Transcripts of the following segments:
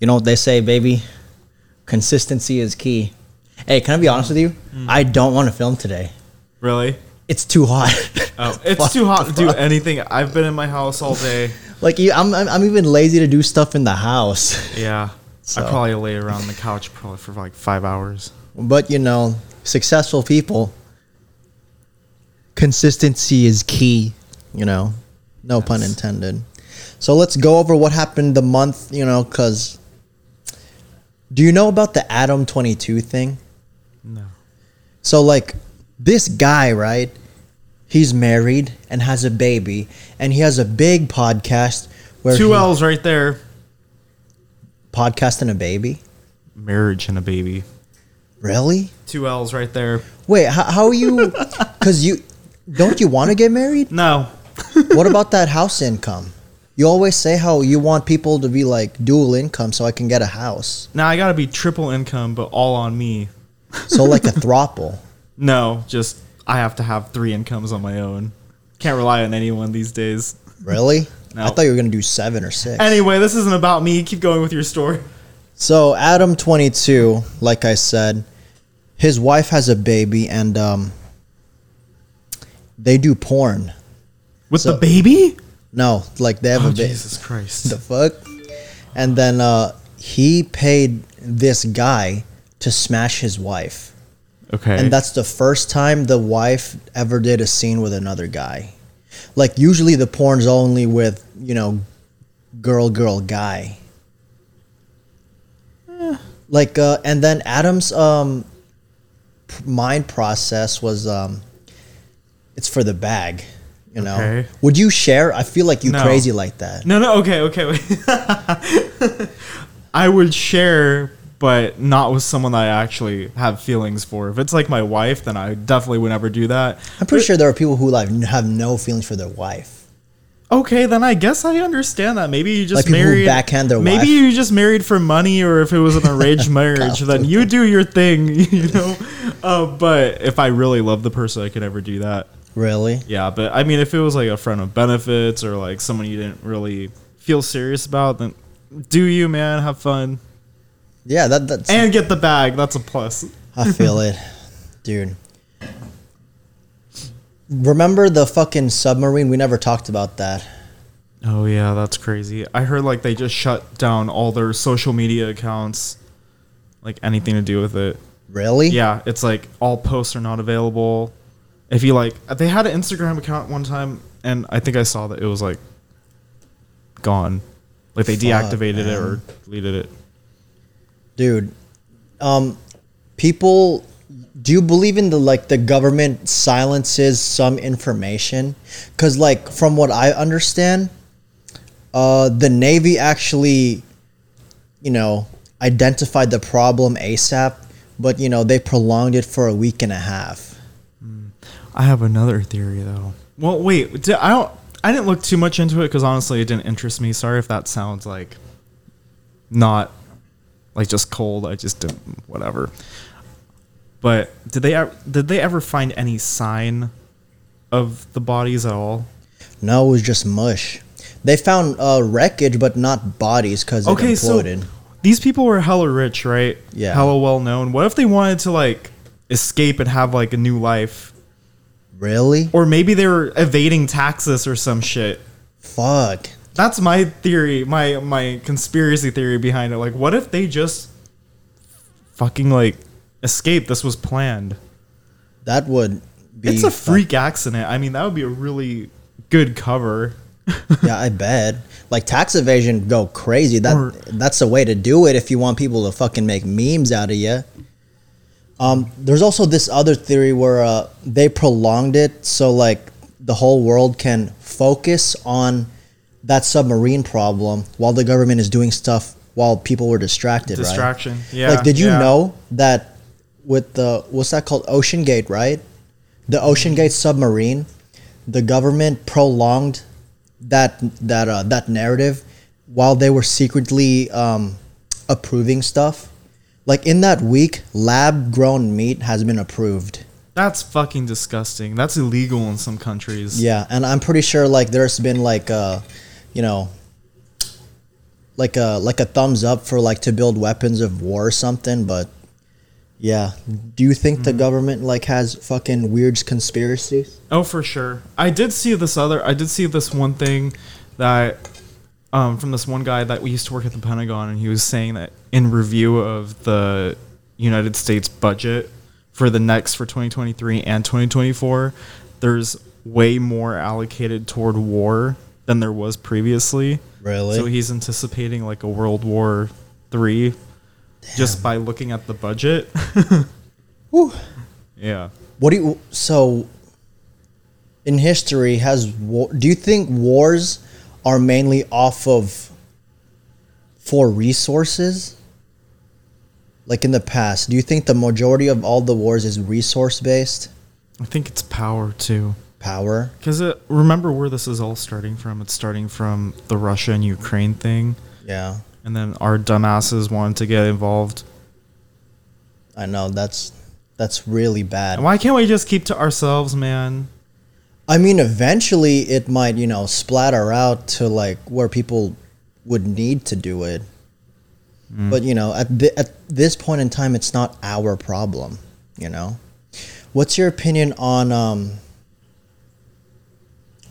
You know what they say, baby? Consistency is key. Hey, can I be honest with you? I don't want to film today. Really? It's too hot. Oh, it's too hot to do anything. I've been in my house all day. like you- I'm, I'm, I'm even lazy to do stuff in the house. Yeah. So. I probably lay around on the couch probably for like five hours. But you know, successful people, consistency is key. You know, no pun intended. So let's go over what happened the month. You know, because do you know about the Adam Twenty Two thing? No. So like this guy, right? He's married and has a baby, and he has a big podcast where Two he- L's right there. podcast and a baby. Marriage and a baby. Really? Two L's right there. Wait, how, how are you? Because you don't you want to get married? No. what about that house income? You always say how you want people to be like dual income so I can get a house. Now I gotta be triple income, but all on me. So like a throuple. No, just I have to have three incomes on my own. Can't rely on anyone these days. Really? I No. thought you were gonna do seven or six. Anyway, this isn't about me. Keep going with your story. so Adam twenty two, like I said, his wife has a baby and um they do porn. With So- the baby? No, like they have Oh, a baby. Jesus Christ. the fuck? And then uh he paid this guy to smash his wife. okay. And that's the first time the wife ever did a scene with another guy. Like usually the porn's only with, you know, girl girl guy. Eh. Like uh and then Adam's um p- mind process was um it's for the bag, you know. Okay. Would you share? I feel like you No. crazy like that. No, no, okay, okay. Wait. I would share, but not with someone that I actually have feelings for. If it's like my wife, then I definitely would never do that. I'm pretty sure there are people who like have no feelings for their wife. Okay, then I guess I understand that. Maybe you Like just people who married. backhand their maybe wife. you just married for money, or if it was an arranged marriage, then you do your thing, you know. Uh, but if I really love the person, I could never do that. Really? Yeah, but I mean, if it was like a friend of benefits or like someone you didn't really feel serious about, then do you, man? Have fun. Yeah, that that's and get the bag. That's a plus. I feel it, dude. Remember the fucking submarine? We never talked about that. Oh yeah, that's crazy. I heard like they just shut down all their social media accounts, like anything to do with it. Really? Yeah, it's like all posts are not available. If you like, they had an Instagram account one time, and I think I saw that it was like gone, like they Fuck, deactivated it man. or deleted it. Dude, um people do you believe in the like the government silences some information? Cuz like from what I understand, uh the navy actually you know, identified the problem ASAP, but you know, they prolonged it for a week and a half. I have another theory though. Well, wait, di- I don't. I didn't look too much into it because honestly, it didn't interest me. Sorry if that sounds like not like just cold. I just didn't. Whatever. But did they ev- did they ever find any sign of the bodies at all? No, it was just mush. They found uh, wreckage, but not bodies because it Okay, so imploded. these people were hella rich, right? Yeah. Hella well known. What if they wanted to like escape and have like a new life? really? Or maybe they were evading taxes or some shit. Fuck. That's my theory, my my conspiracy theory behind it. Like, what if they just fucking like escaped? This was planned. That would be. it's a fuck- freak accident. I mean, that would be a really good cover. yeah, I bet. Like tax evasion go crazy. That Or- that's the way to do it if you want people to fucking make memes out of you. Um, there's also this other theory where uh, they prolonged it so like the whole world can focus on that submarine problem while the government is doing stuff while people were distracted. right? Distraction. Yeah. like, did you yeah. know that with the what's that called, Ocean Gate, right? The Mm-hmm. Ocean Gate submarine, the government prolonged that that uh, that narrative while they were secretly um, approving stuff. Like in that week, lab-grown meat has been approved. That's fucking disgusting. That's illegal in some countries. Yeah, and I'm pretty sure like there's been like uh, you know, like a like a thumbs up for like to build weapons of war or something, but yeah. Do you think the government like has fucking weird conspiracies? Oh, for sure. I did see this other. I did see this one thing that um, from this one guy that we used to work at the Pentagon, and he was saying that in review of the United States budget for the next for 2023 and 2024, there's way more allocated toward war than there was previously. Really? So he's anticipating like a World War Three just by looking at the budget. Whew. yeah. What do you so in history has war, do you think wars are mainly off of for resources? Like in the past, do you think the majority of all the wars is resource based? I think it's power too. Power? Because uh, remember where this is all starting from? It's starting from the Russia and Ukraine thing, Yeah. and then our dumbasses wanted to get involved. I know that's that's really bad. And why can't we just keep to ourselves, man? I mean, eventually it might, you know, splatter out to like where people would need to do it. Mm. But you know, at thi- at this point in time, it's not our problem. You know, what's your opinion on um,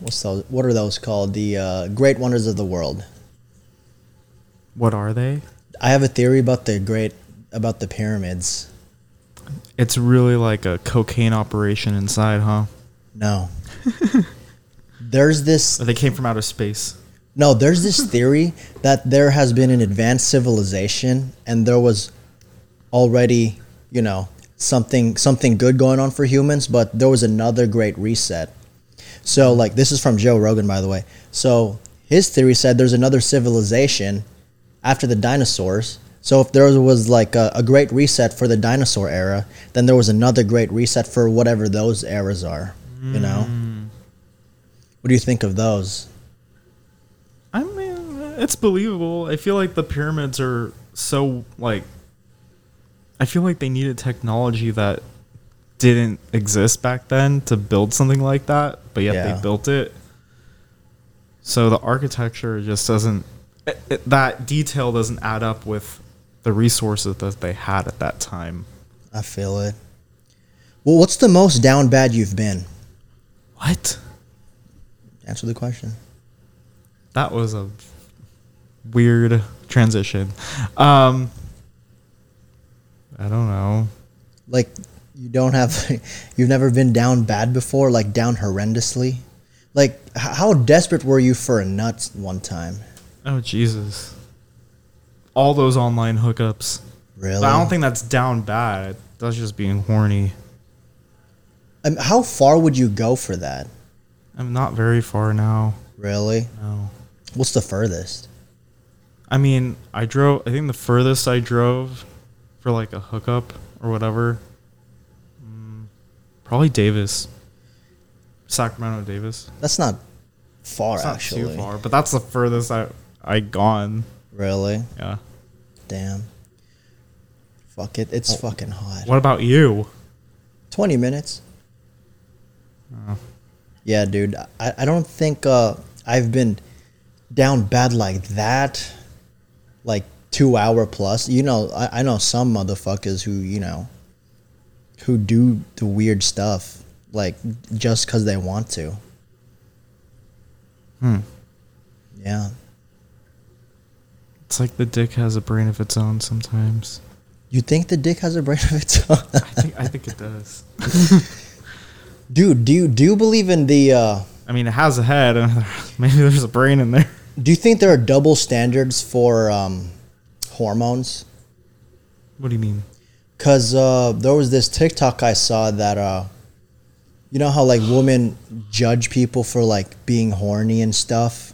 what's those? What are those called? The uh, Great Wonders of the World. What are they? I have a theory about the great about the pyramids. It's really like a cocaine operation inside, huh? No, there's this Or they came from outer space. No, there's this theory that there has been an advanced civilization and there was already, you know, something something good going on for humans, but there was another great reset. So like this is from Joe Rogan by the way. So his theory said there's another civilization after the dinosaurs. So if there was like a, a great reset for the dinosaur era, then there was another great reset for whatever those eras are, you know. What do you think of those? I mean, it's believable. I feel like the pyramids are so like. I feel like they needed technology that didn't exist back then to build something like that, but yet Yeah. they built it. So the architecture just doesn't. It, it, that detail doesn't add up with the resources that they had at that time. I feel it. Well, what's the most down bad you've been? What? Answer the question. That was a weird transition. Um, I don't know. Like, you don't have, you've never been down bad before, like down horrendously. Like, h- how desperate were you for a nut one time? Oh Jesus! All those online hookups. Really? But I don't think that's down bad. That's just being horny. Um, how far would you go for that? I'm not very far now. Really? No. What's the furthest? I mean, I drove. I think the furthest I drove for like a hookup or whatever. mm, Probably Davis. Sacramento Davis. That's not far, It's not actually. too far, but that's the furthest I I gone. Really? Yeah. Damn. Fuck it. Oh. It's fucking hot. What about you? 20 minutes. Yeah, dude. I, I don't think uh, I've been down bad like that. Like two hour plus. You know, I, I know some motherfuckers who, you know, who do the weird stuff, like just because they want to. Hmm. Yeah. It's like the dick has a brain of its own sometimes. You think the dick has a brain of its own? I think I think it does. dude, do you, do you believe in the. Uh, I mean, it has a head, and maybe there's a brain in there. Do you think there are double standards for um, hormones? What do you mean? Because uh, there was this TikTok I saw that, uh, you know how like women judge people for like being horny and stuff?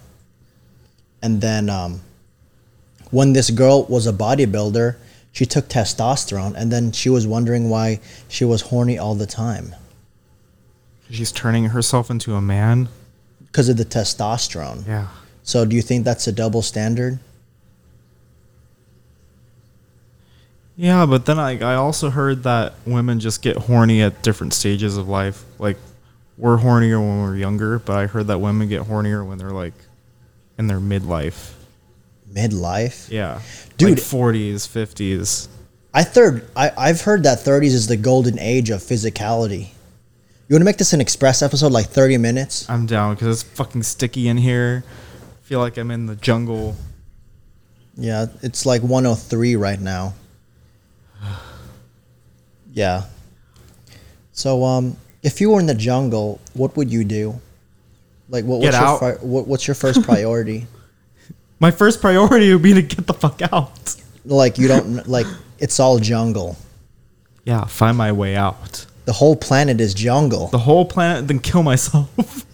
And then um, when this girl was a bodybuilder, she took testosterone and then she was wondering why she was horny all the time She's turning herself into a man. because of the testosterone. Yeah. So do you think that's a double standard? Yeah, but then I I also heard that women just get horny at different stages of life. Like we're hornier when we're younger, but I heard that women get hornier when they're like in their midlife. midlife. Yeah. Dude. Like 40s, 50s. I third I, I've heard that thirties is the golden age of physicality. You wanna make this an express episode like thirty minutes? I'm down because it's fucking sticky in here. feel like I'm in the jungle. Yeah, it's like one oh three right now. Yeah. So um if you were in the jungle, what would you do? Like what, Get what's out. your fir- what, what's your first priority? My first priority would be to get the fuck out. like you don't like it's all jungle. Yeah, find my way out. The whole planet is jungle. The whole planet, then kill myself.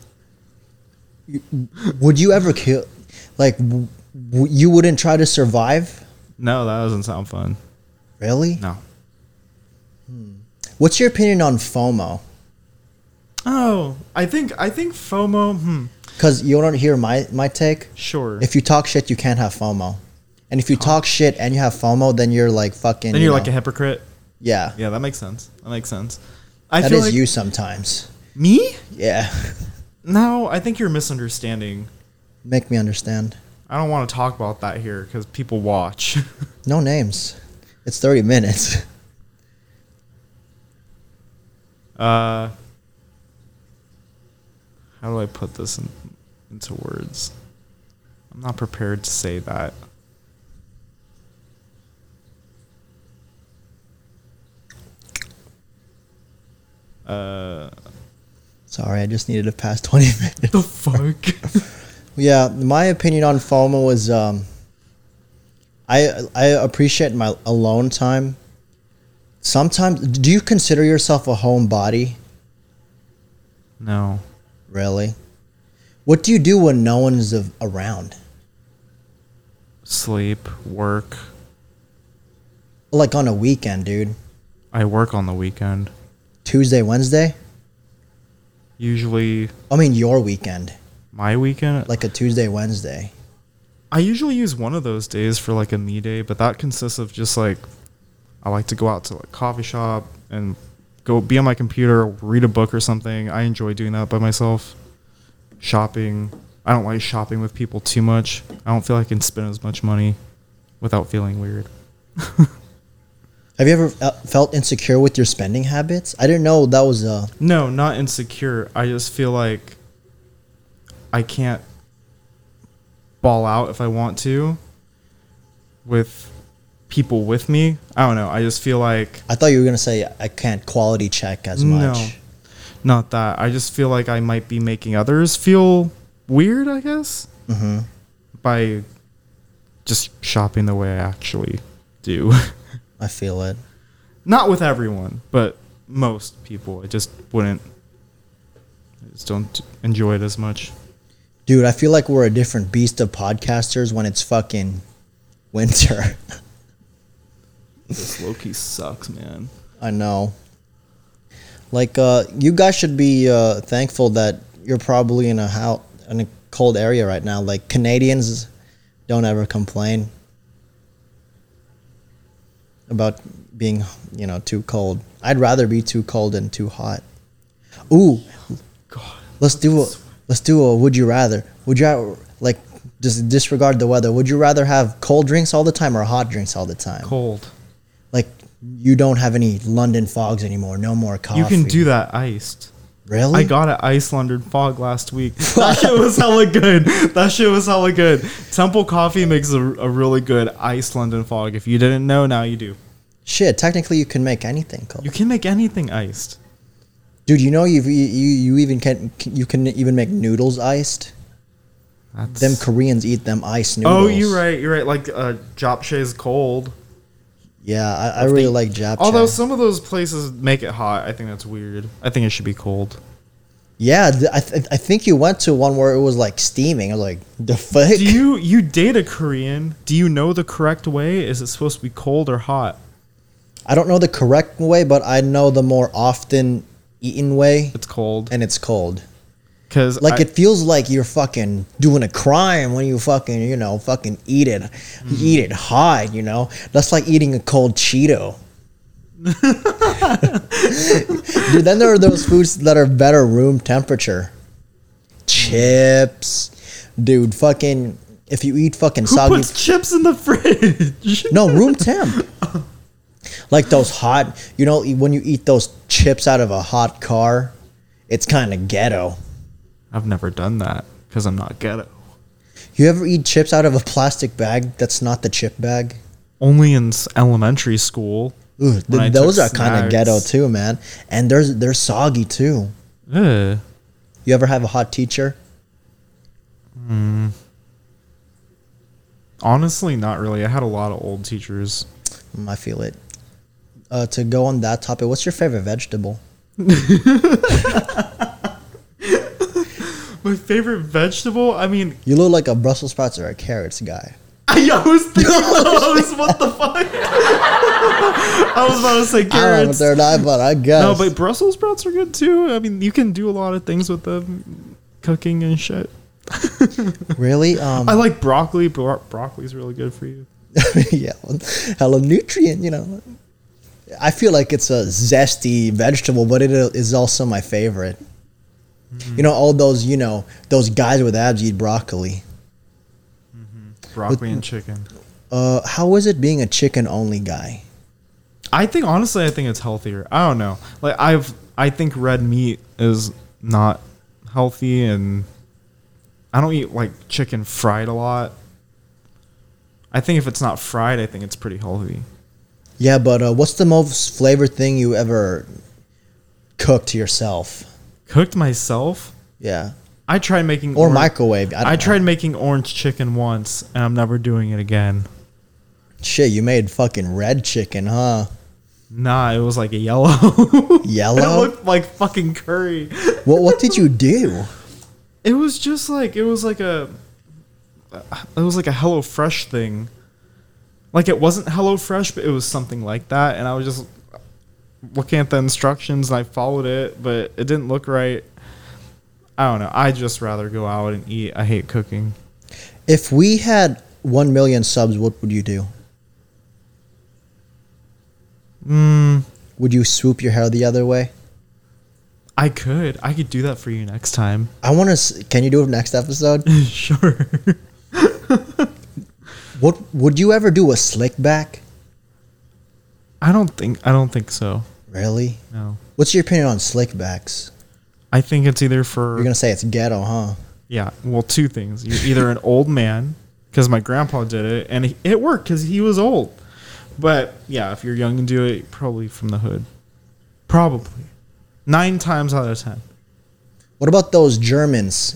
Would you ever kill? Like, w- w- you wouldn't try to survive? no, that doesn't sound fun. Really? No. What's your opinion on FOMO? Oh, I think I think FOMO. Hmm. Because you want to hear my my take. Sure. Oh. If you talk shit, you can't have FOMO, and if you talk shit and you have FOMO, then you're like fucking. then you're you like know, a hypocrite. yeah. Yeah, that makes sense. That makes sense. I That feel is like you sometimes. me. Yeah. No, I think you're misunderstanding. Make me understand. I don't want to talk about that here because people watch. No names. It's thirty minutes. Uh, how do I put this in, into words? I'm not prepared to say that. Uh, Sorry, I just needed to pass twenty minutes. the fuck? Yeah, my opinion on FOMO is um, I I appreciate my alone time. Sometimes, do you consider yourself a homebody? no. Really? What do you do when no one's av- around? Sleep, work. Like on a weekend, dude. I work on the weekend. Tuesday, Wednesday. Usually I mean, your weekend, my weekend. like a Tuesday, Wednesday. I usually use one of those days for like a me day, but that consists of just like I like to go out to like coffee shop and go be on my computer, read a book or something. I enjoy doing that by myself. Shopping. I don't like shopping with people too much. I don't feel I can spend as much money without feeling weird. Have you ever uh, felt insecure with your spending habits? I didn't know that was a. No, not insecure. I just feel like I can't ball out if I want to with people with me. I don't know. I just feel like I thought you were gonna say I can't quality check as much. No, not that. I just feel like I might be making others feel weird. I guess by just shopping the way I actually do. I feel it. not with everyone, but most people. I just wouldn't. I just don't enjoy it as much. Dude, I feel like we're a different beast of podcasters when it's fucking winter. This Loki sucks, man. I know. Like, uh, you guys should be uh, thankful that you're probably in a how in a cold area right now. Like Canadians don't ever complain about being, you know, too cold. I'd rather be too cold than too hot. Ooh, God. Let's do a let's do a would you rather. Would you ra- like just disregard the weather? Would you rather have cold drinks all the time or hot drinks all the time? Cold. Like you don't have any London fogs anymore. No more coffee. You can do that iced. really. I got an Icelandic fog last week. That shit was hella good. That shit was hella good. Temple Coffee makes a, a really good Icelandic fog. If you didn't know, now you do. Shit, technically you can make anything cold, You can make anything iced. dude. You know you've, you you you even can you can even make noodles iced. That's, Them Koreans eat them iced noodles. oh, you're right. You're right. Like uh, Japchae's cold. Yeah, I, I really they- like Japchae. Although some of those places make it hot. I think that's weird. I think it should be cold. yeah, th- I, th- I think you went to one where it was like steaming. I was like, the fuck. Do you you date a Korean? Do you know the correct way? Is it supposed to be cold or hot? I don't know the correct way, but I know the more often eaten way, It's cold. and it's cold. Cause Like I- it feels like you're fucking doing a crime when you fucking you know fucking eat it, Mm-hmm. eat it hot. You know that's like eating a cold Cheeto. Dude, then there are those foods that are better room temperature. Chips, dude, fucking If you eat fucking Who soggy, puts chips in the fridge? no room temp. like those hot, you know, when you eat those chips out of a hot car, it's kind of ghetto. I've never done that because I'm not ghetto. You ever eat chips out of a plastic bag that's not the chip bag? Only in s- elementary school. Ooh, when I th- those are took kind of ghetto snacks. too, man. And they're they're soggy too. Ugh. You ever have a hot teacher? Honestly, not really. I had a lot of old teachers. Mm, I feel it. Uh, to go on that topic, what's your favorite vegetable? My favorite vegetable? I mean, You look like a Brussels sprouts or a carrots guy. I, was thinking those. What the fuck? I was about to say I don't know what carrots. they're not, but I guess. No, but Brussels sprouts are good too. I mean, you can do a lot of things with them, cooking and shit. really, um, I like broccoli. Bro- broccoli's really good for you. yeah, well, hella nutrient. You know, I feel like it's a zesty vegetable, but it is also my favorite. You know, all those you know those guys with abs eat broccoli. Broccoli and chicken. Uh, how is it being a chicken only guy? I think honestly, I think it's healthier. I don't know. Like I've, I think red meat is not healthy, and I don't eat like chicken fried a lot. I think if it's not fried, I think it's pretty healthy. Yeah, but uh, what's the most flavored thing you ever cooked yourself? Cooked myself, Yeah, I tried making or orange- microwave. I, don't I, know. tried making orange chicken once, and I'm never doing it again. Shit, you made fucking red chicken, huh? Nah, it was like a yellow. Yellow? it looked like fucking curry. What What did you do? It was just like it was like a it was like a Hello Fresh thing. Like it wasn't Hello Fresh, but it was something like that, and I was just looking at the instructions and I followed it, but it didn't look right. I don't know. I just rather go out and eat. I hate cooking. If we had one million subs, what would you do? Mm. Hmm. Would you swoop your hair the other way? I could. I could do that for you next time. I want to. Can you do it next episode? sure. what would you ever do a slick back? I don't think I don't think so. Really? No. What's your opinion on slick backs? I think it's either for You're gonna say it's ghetto, huh? Yeah, well, two things. You're either an old man, because my grandpa did it, and he- it worked because he was old. But yeah, if you're young and do it, probably from the hood. Probably. Nine times out of ten. What about those Germans?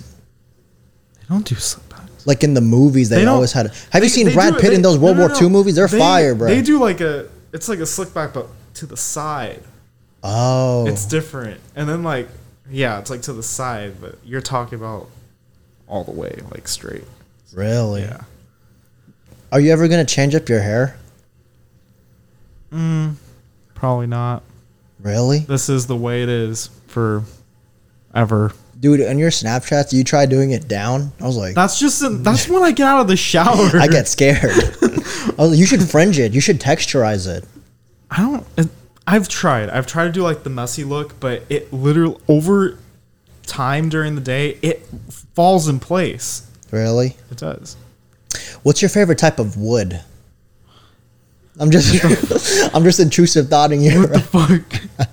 They don't do slipbacks. Like in the movies, they, They don't- always had. Have They- you seen they Brad do it- Pitt they- in those no, World no, War no. II movies? They're They- fire, bro. They do like a, it's like a slickback, but to the side. Oh, It's different. And then like, yeah, it's like to the side, but you're talking about all the way, like straight. really? Yeah. Are you ever gonna change up your hair? Probably not. Really? This is the way it is for ever. dude on your snapchats you try doing it down i was like That's just that's when I get out of the shower. i get scared I was like, you should fringe it you should texturize it I don't. it- I've tried. I've tried to do like the messy look, but it literally over time during the day it falls in place. really It does. what's your favorite type of wood i'm just i'm just intrusive thoughting you What the fuck?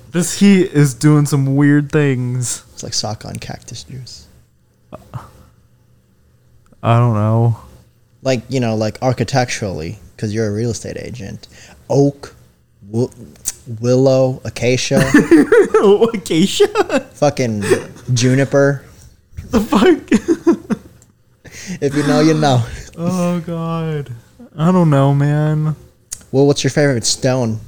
this heat is doing some weird things. it's like sock on cactus juice I don't know. like you know like architecturally because you're a real estate agent oak wi- willow acacia Acacia? fucking juniper the fuck? if you know you know oh god. I don't know, man. well what's your favorite stone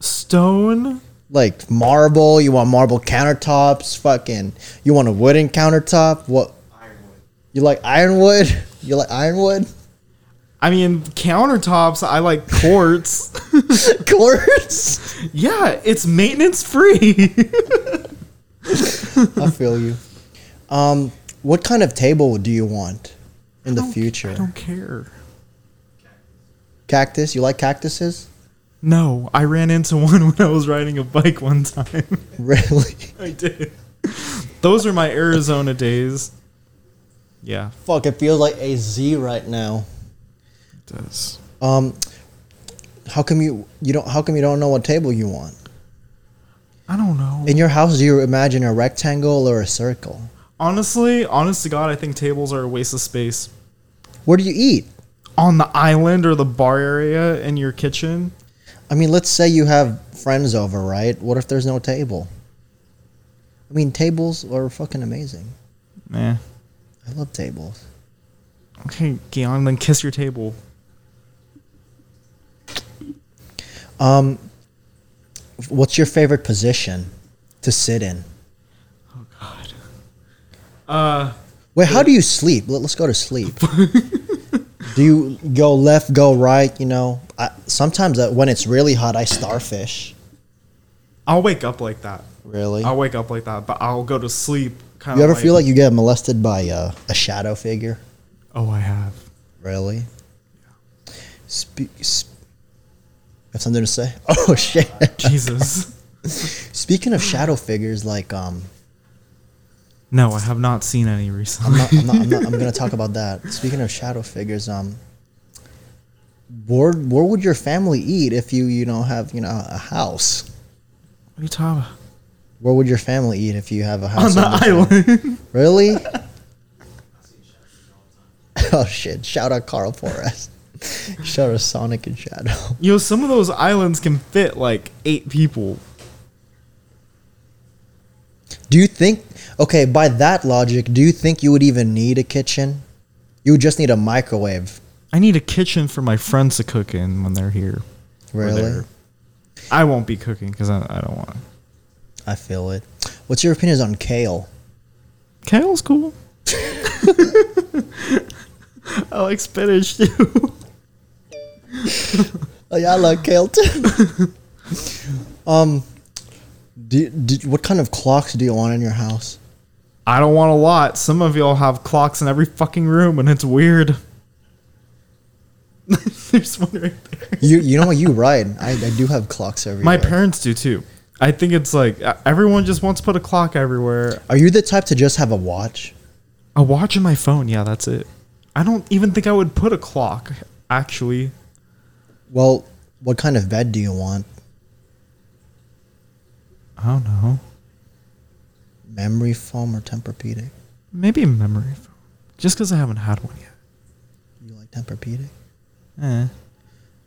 Stone. like marble. You want marble countertops. Fucking, you want a wooden countertop. What? You like ironwood? You like ironwood? I mean countertops. I like quartz. Quartz. Yeah, it's maintenance free. I feel you. Um, what kind of table do you want in the I future? don't care. Cactus. You like cactuses? No, I ran into one when I was riding a bike one time. Really? I did. Those are my Arizona days. Yeah. Fuck, it feels like a Z right now. It does. Um, how come you you don't? How come you don't know what table you want? I don't know. In your house, do you imagine a rectangle or a circle? Honestly, honest to God, I think tables are a waste of space. Where do you eat? On the island or the bar area in your kitchen, I mean, let's say you have friends over, right? What if there's no table? I mean, tables are fucking amazing. nah. I love tables. Okay, Keon, then kiss your table. Um, what's your favorite position to sit in? Oh God. Uh, Wait, how do you sleep? Let, us go to sleep. do you go left, go right? You know, I, sometimes uh, when it's really hot, I starfish. I'll wake up like that. Really? I'll wake up like that, but I'll go to sleep. Kind you ever feel like you get molested by uh, a shadow figure? Oh, I have. Really? Spe- sp- have something to say? Oh shit! Jesus. Speaking of shadow figures, like um, no, I have not seen any I'm recently. not, I'm, not, I'm, not, I'm gonna talk about that. Speaking of shadow figures, um, where where would your family eat if you you know have you know a house? What are you talking about? Where would your family eat if you have a On house the island. Really? oh shit! Shout out Carl Forrest. Shout out Sonic and Shadow. Yo, some of those islands can fit like eight people. Do you think? Okay, by that logic, do you think you would even need a kitchen? You would just need a microwave. I need a kitchen for my friends to cook in when they're here. Or Really? they're- I won't be cooking because I, I don't want to. I feel it. What's your opinions on kale? Kale's cool. I like spinach too. Oh yeah, I like kale too. um, do, do, what kind of clocks do you want in your house? I don't want a lot. Some of y'all have clocks in every fucking room, and it's weird. There's one right there. You you know what you right. I, I do have clocks everywhere. My parents do too. I think it's like uh, everyone just wants to put a clock everywhere. Are you the type to just have a watch? A watch in my phone. Yeah, that's it. I don't even think I would put a clock. Actually, Well, what kind of bed do you want? I don't know. Memory foam or Tempur-Pedic? Maybe a memory foam. Just because I haven't had one yet. You like Tempur-Pedic? Eh,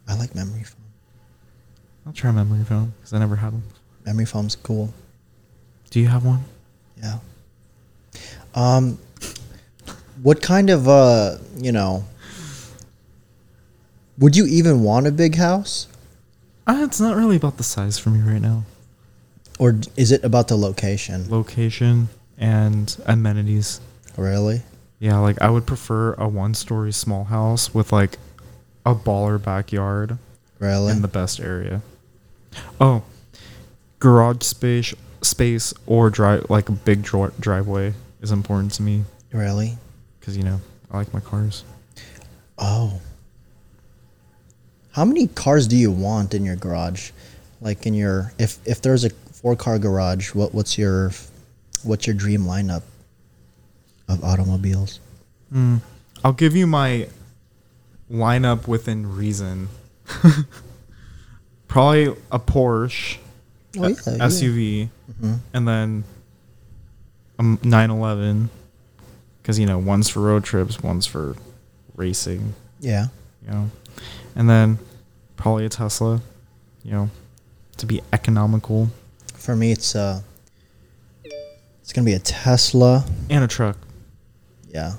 I like memory foam. I'll try memory foam because I never had one. Memory foam's cool. Do you have one? Yeah. Um, what kind of uh, you know, would you even want a big house, Uh, it's not really about the size for me right now. or d- is it about the location? Location and amenities. Really? Yeah, like I would prefer a one-story small house with like a baller backyard Really? in the best area. Oh, garage space, space or drive like a big dri- driveway is important to me really? because you know I like my cars. Oh. How many cars do you want in your garage? Like in your if if there's a four car garage, what what's your what's your dream lineup of automobiles? Mm. I'll give you my lineup within reason. Probably a Porsche Oh, a- yeah, yeah. SUV, Mhm. and then um, a m- 911, because you know one's for road trips, one's for racing, Yeah. you know, and then probably a Tesla, you know, to be economical, For me, it's uh, it's gonna be a Tesla. and a truck. Yeah,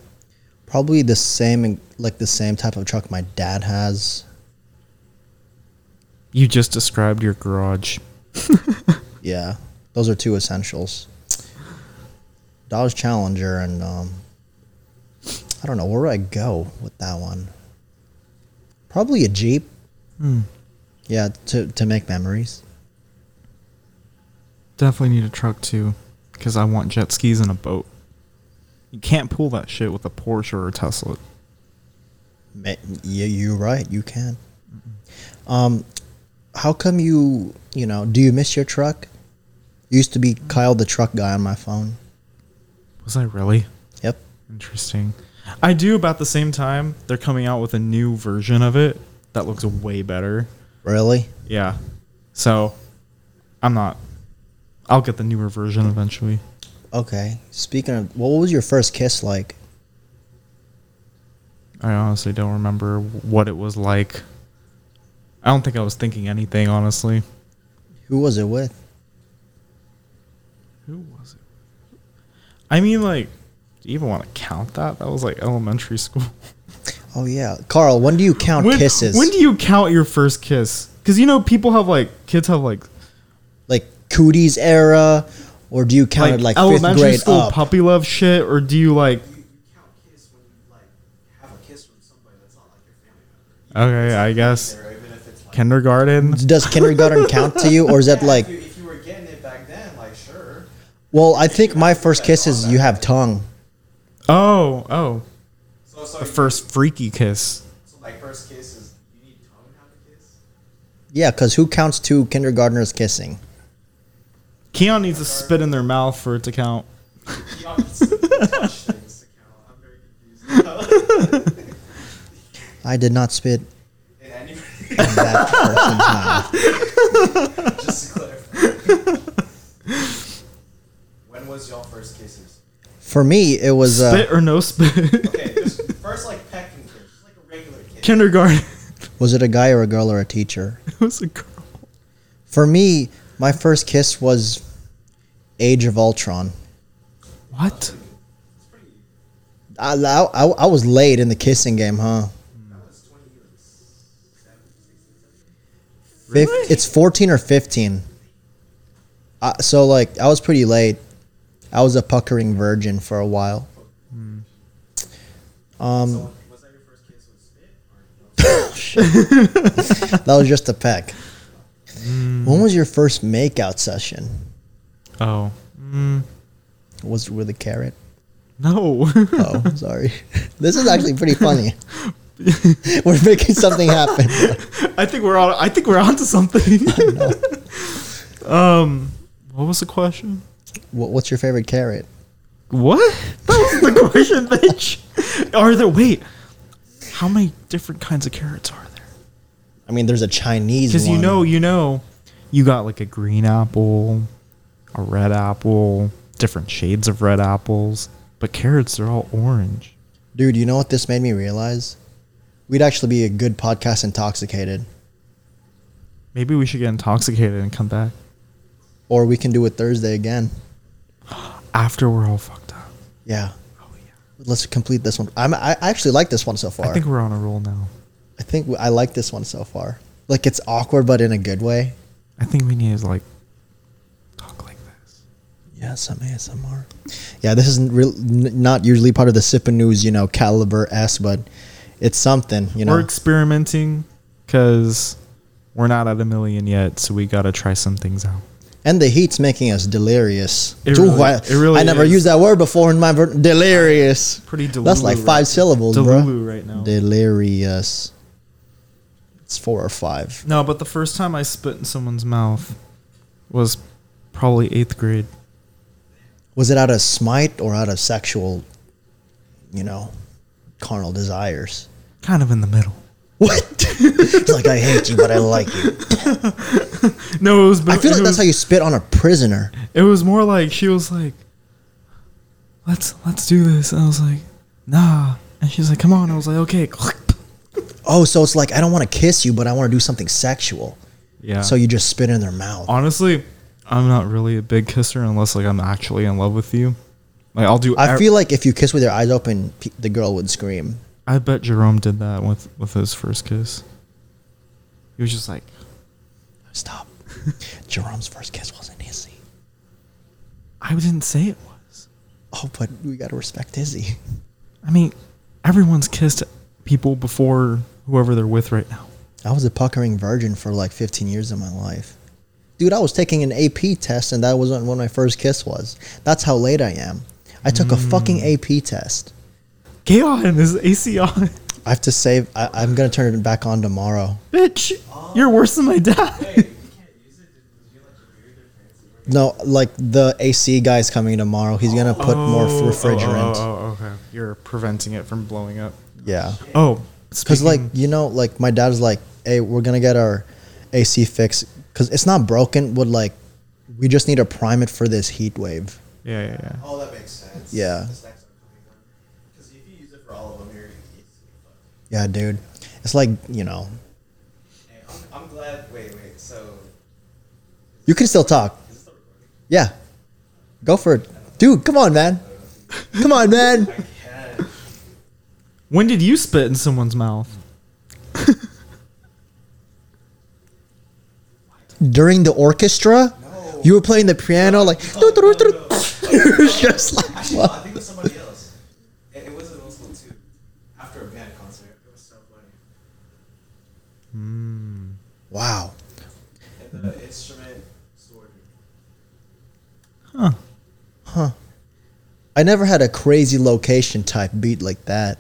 probably the same like the same type of truck my dad has. You just described your garage. Yeah, those are two essentials. Dodge Challenger and um, I don't know where would I go with that one. Probably a Jeep. Hmm. Yeah, to to make memories. Definitely need a truck too, because I want jet skis and a boat. You can't pull that shit with a Porsche or a Tesla. Ma- Yeah, you're right. You can. Um, how come you you know? Do you miss your truck? You used to be Kyle the truck guy on my phone. Was I really? Yep. Interesting. I do about the same time. They're coming out with a new version of it that looks way better. Really? Yeah. So I'm not. I'll get the newer version eventually. Okay. Speaking of, what was your first kiss like? I honestly don't remember what it was like. I don't think I was thinking anything, honestly. Who was it with? Who was it? I mean, like, do you even want to count that? That was like elementary school. Oh yeah, Carl. When do you count when, kisses? When do you count your first kiss? Because you know, people have like kids have like like cooties era, or do you count it like fifth elementary grade school up? puppy love shit, or do you like? You, you count kiss when you like have a kiss from somebody that's not like your family member. You Okay, I guess there, even if it's like kindergarten. Does kindergarten count to you, or is that Yeah, like? if you, if you were getting it back then, like sure. Well, I think my first kiss is you have tongue. Oh, oh, So so the you- first freaky kiss. so like first kiss is you need tongue to have a kiss. Yeah, because who counts two kindergartners kissing? Keon needs to spit in their mouth for it to count. You don't need to touch things to count. I'm very confused. now. I did not spit In any in that person's mouth. just to clarify. when was y'all first kisses? For me, it was uh, Spit or no spit? Okay, just first like pecking kiss, just like a regular kiss. kindergarten. was it a guy or a girl or a teacher? it was a girl. For me, my first kiss was Age of Ultron. What? It's pretty. I, I, I was late in the kissing game, huh? That was 2007, 16, 17. Fif- Really? It's 14 or 15. Uh, so, like, I was pretty late. I was a puckering virgin for a while. Hmm. Um, So was that your first kiss with spit? Or That was just a peck. Hmm. When was your first makeout session? Oh. Mm, Was it with a carrot? no. Oh, sorry. This is actually pretty funny. We're making something happen. I think we're on. I think we're onto something. um, what was the question? What, what's your favorite carrot? What? That was the question, bitch. Are there? Wait, how many different kinds of carrots are there? I mean, there's a Chinese Because one. you know, you know, you got like a green apple, a red apple, different shades of red apples, but carrots are all orange. Dude, you know what this made me realize? We'd actually be a good podcast intoxicated. Maybe we should get intoxicated and come back Or we can do it Thursday again. after we're all fucked up. Yeah. Oh yeah. Let's complete this one. I'm, I I actually like this one so far. I think we're on a roll now. I think I like this one so far. Like it's awkward, but in a good way. I think we need to like talk like this. Yeah, some ASMR. Yeah, this isn't real, n- not usually part of the Sip and News, you know, caliber s, but it's something, you know. We're experimenting because we're not at a million yet, so we gotta try some things out. And the heat's making us delirious. It Dude, really- I, it really I never is. used that word before in my ver- delirious. Pretty delulu That's like right five now. syllables, bro. Delulu right now. Delirious. It's four or five. No, but the first time I spit in someone's mouth was probably eighth grade. Was it out of smite or out of sexual, you know, carnal desires? Kind of in the middle. What? He's like, I hate you, but I like you. No, it was. I feel it like that's was- how you spit on a prisoner. It was more like she was like, "Let's let's do this," and I was like, "Nah," and she's like, "Come on," I was like, "Okay." Oh, so it's like I don't want to kiss you, but I want to do something sexual. Yeah. So you just spit in their mouth. honestly, I'm not really a big kisser unless like I'm actually in love with you. Like I'll do. I ev- feel like if you kiss with your eyes open, pe- the girl would scream. I bet Jerome did that with with his first kiss. He was just like, Stop. Jerome's first kiss wasn't Izzy. "I didn't say it was." Oh, but we gotta respect Izzy. I mean, everyone's kissed people before whoever they're with right now. I was a puckering virgin for like 15 years of my life. Dude, I was taking an AP test, and that wasn't when my first kiss was. That's how late I am. I took a fucking AP test. Gaon is AC on. I have to save. I, I'm gonna turn it back on tomorrow. Bitch, you're worse than my dad. No, like the AC guy's coming tomorrow. He's gonna put more Oh, refrigerant. Oh, oh, oh, okay. you're preventing it from blowing up. Yeah. Oh, Because, like, speaking- you know, like, my dad's like, hey, we're going to get our AC fixed because it's not broken. Would like, we just need to prime it for this heat wave. yeah, yeah, yeah. Oh, that makes sense. Yeah. The stacks are coming down. Because if you use it for all of them, you're going to fucked. Yeah, dude. It's like, you know, Hey, I'm, I'm glad. Wait, wait. So, you can still talk. is this the recording? Yeah. Go for it. Dude, come on, man. Come on, man. I can. When did you spit in someone's mouth? During the orchestra, you were playing the piano, like, it was just like, Actually, no, I think it was somebody else. It, it was in middle school, too. After a band concert. It was so funny. Hmm. wow. And the instrument sword. Huh. I never had a crazy location type beat like that.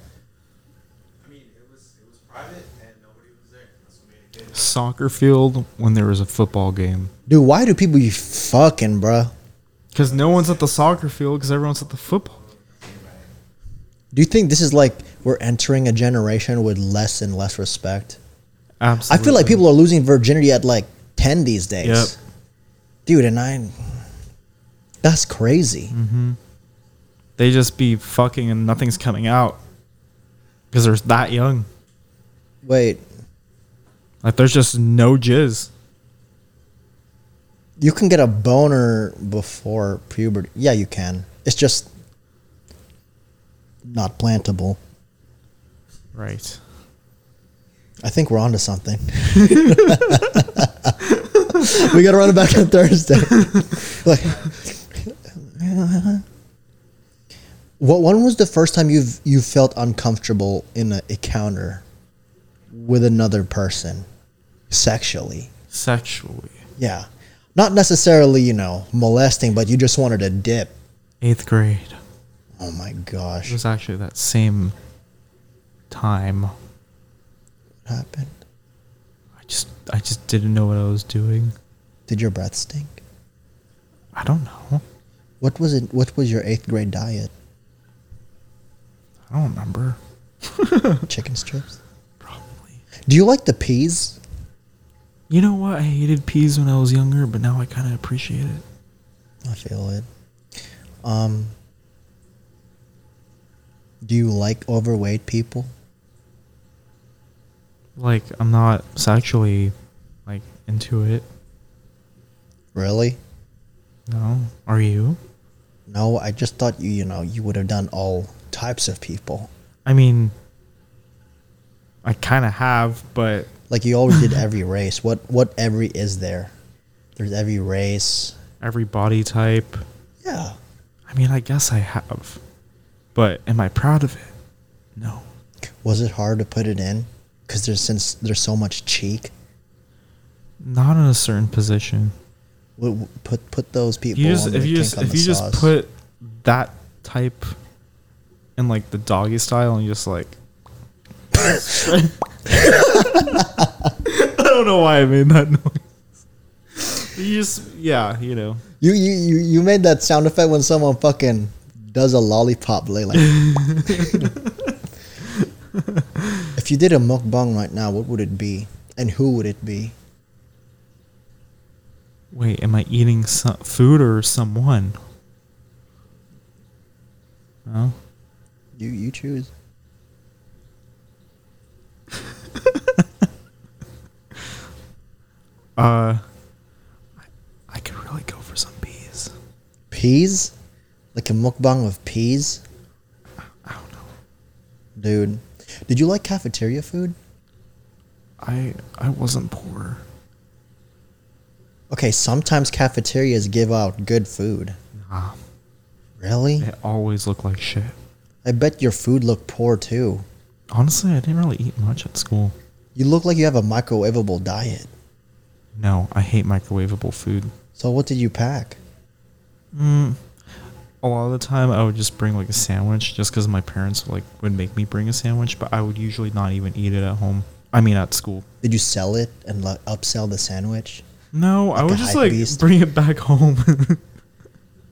I mean, it was it was private and nobody was there. That's what made it good. Soccer field when there was a football game. Dude, why do people be fucking, bruh? Because no one's at the soccer field because everyone's at the football. Do you think this is like we're entering a generation with less and less respect? Absolutely. I feel like people are losing virginity at like 10 these days. Yep. Dude, and I. That's crazy. Mm. They just be fucking and nothing's coming out because they're that young. Wait, Like there's just no jizz. you can get a boner before puberty. Yeah, you can. It's just not plantable. Right. I think we're onto something. we got to run it back on Thursday. like, what? When was the first time you've you felt uncomfortable in an encounter with another person, sexually? Sexually. Yeah, not necessarily you know molesting, but you just wanted to dip. Eighth grade. Oh my It gosh, what was actually that same time. I happened? just I just didn't know what I was doing. Did your breath stink? I don't know. What was it? What was your eighth grade diet? I don't remember. Chicken strips. Probably. Do you like the peas? You know what? I hated peas when I was younger, but now I kind of appreciate it. I feel it. Um, do you like overweight people? Like I'm not sexually like into it. Really? No. Are you? No, I just thought you, you know, you would have done all types of people. I mean, I kind of have, but Like you always did every race. What what every is there? There's every race. every body type. Yeah. I mean, I guess I have, but am I proud of it? No. Was it hard to put it in? Because there's since there's so much cheek. Not in a certain position. W- w- Put put those people. You just on the if you kink just on if the you just sauce. put that type in like the doggy style and you just like. I don't know why I made that noise. You just yeah, you know. You, you you you made that sound effect when someone fucking does a lollipop lay like. if you did a mukbang right now, what would it be, and who would it be? Wait, am I eating some food or someone? No. You you choose. Uh, I, I could really go for some bees. Peas, like a mukbang of peas, I don't know. dude. Did you like cafeteria food? I I wasn't poor. Okay, sometimes cafeterias give out good food. Nah, Really? it always looked like shit. I bet your food looked poor too. Honestly, I didn't really eat much at school. You look like you have a microwavable diet. No, I hate microwavable food. So what did you pack? Mm. A lot of the time, I would just bring like a sandwich, just because my parents like would make me bring a sandwich. But I would usually not even eat it at home. I mean, at school. Did you sell it and like, upsell the sandwich? No, I Like would a just hype like beast? bring it back home.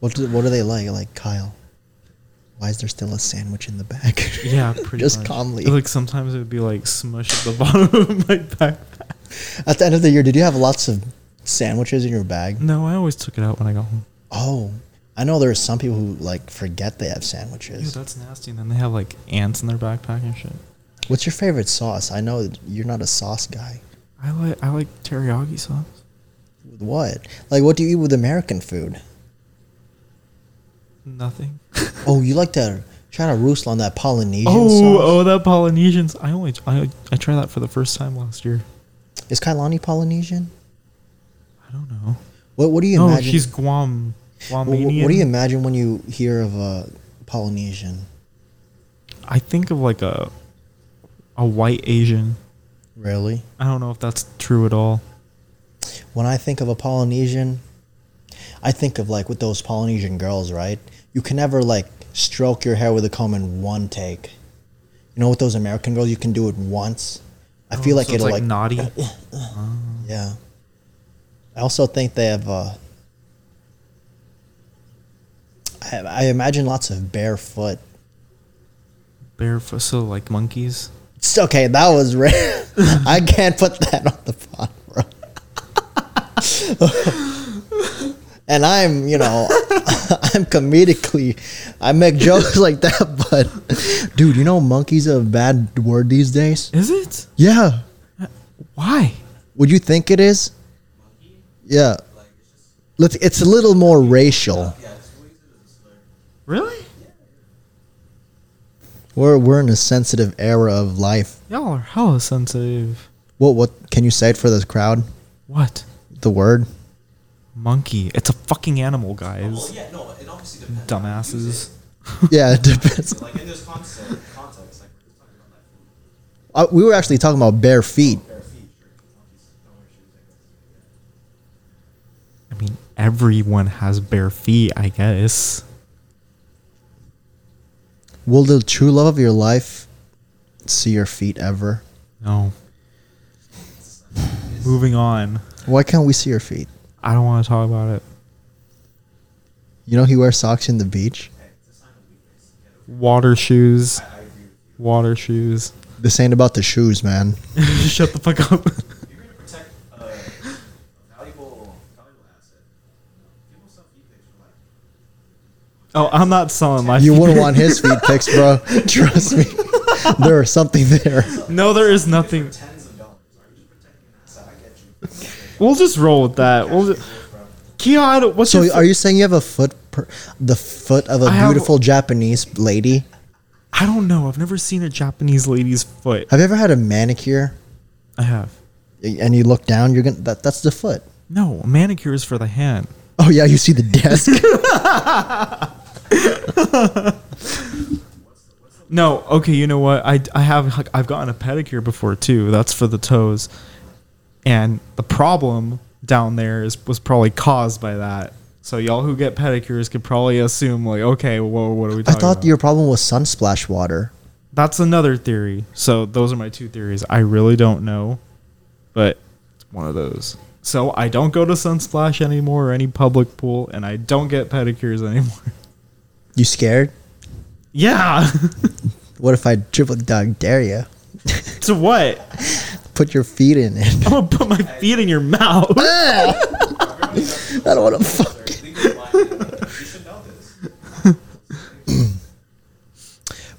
What do, what are they like? Like Kyle, Why is there still a sandwich in the back? Yeah, pretty Just much. calmly. Like sometimes it would be like smushed at the bottom of my backpack. At the end of the year, did you have lots of sandwiches in your bag? No, I always took it out when I got home. Oh, I know there are some people who like forget they have Ew, sandwiches. that's nasty. And then they have like ants in their backpack and shit. What's your favorite sauce? I know that you're not a sauce guy. I like I like teriyaki sauce. With what? Like, what do you eat with American food? Nothing. Oh, you like to try to roost on that Polynesian oh, sauce? oh, that Polynesians. I only I I tried that for the first time last year. oh. Is Kailani Polynesian? I don't know. What What do you No, imagine? she's Wh- Guam. wh- what, Guamanian. do you imagine when you hear of a Polynesian? I think of like a a white Asian. Really? I don't know if that's true at all. When I think of a Polynesian, I think of like with those Polynesian girls, right? You can never like stroke your hair with a comb in one take. You know, with those American girls, you can do it once. I feel Oh, like so it's, it'll like, naughty. yeah. I also think they have. Uh, I, I imagine lots of barefoot. Barefoot, so like monkeys. It's okay, that was rare. I can't put that on the pod, bro. and I'm, you know, I'm comedically, I make jokes like that, but dude, you know, monkey's a bad word these days. Is it? Yeah, Why? would you think it is? Monkey? Yeah, Like, it's just. let's. It's a little more racial. Yeah, it's we use it as a slur. Really? We're we're in a sensitive era of life. Y'all are hella sensitive. What what can you say it for this crowd? What? The word. Monkey. It's a fucking animal, Well, guys. yeah, no, it obviously depends. on how you use Dumbasses. Yeah, it depends. it. Like, in this context, context like, we're talking about like Uh, we were actually talking about bare feet. bare feet, sure. Monkeys don't wear shoes, I I guess. mean, everyone has bare feet, I guess. Will the true love of your life see your feet ever? No. Moving on. Why can't we see your feet? I don't want to talk about it. You know he wears socks in the beach. Water shoes. Water shoes. This ain't about the shoes, man. Shut the fuck up. If you're going to protect a valuable, valuable asset, people sell feet pics for like Oh, I'm not selling my You feet. wouldn't want his feet pics, bro. Trust me. There is something there. No, there is nothing. for tens of dollars. Are you just protecting an asset? I get you. We'll just roll with that. We'll just, Keon, what's So your are you saying you have a foot, per, the foot of a I have- beautiful Japanese lady? I don't know. I've never seen a Japanese lady's foot. Have you ever had a manicure I have. and you look down? You're gonna that, that's the foot. No, a manicure is for the hand. Oh yeah, you see the desk. No, okay, you know what? I, I have I've gotten a pedicure before too. That's for the toes. And the problem down there is was probably caused by that. So y'all who get pedicures could probably assume like, okay, whoa, what are we I talking thought about? your problem was sunsplash water. That's another theory. So those are my two theories. I really don't know, but it's one of those. So I don't go to Sunsplash anymore or any public pool, and I don't get pedicures anymore. You scared? yeah. What if I triple dog dare you? to what? Put your feet in it. I'm gonna put my feet in your mouth. I don't want to fuck. Legally blinded. You should know this.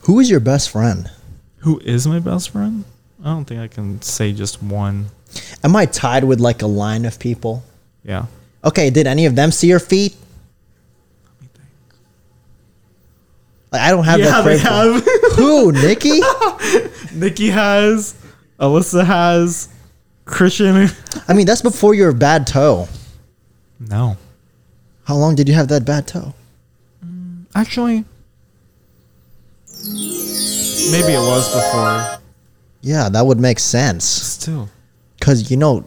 Who is your best friend? Who is my best friend? I don't think I can say just one. Am I tied with like a line of people? Yeah. Okay, did any of them see your feet? Let me think. Like, I don't have Yeah, that. they grateful. have. Who, Nikki? Nikki has. Alyssa has. Christian. I mean, that's before your bad toe. No. How long did you have that bad toe? Actually, maybe it was before. Yeah, that would make sense. Still, Cause you know,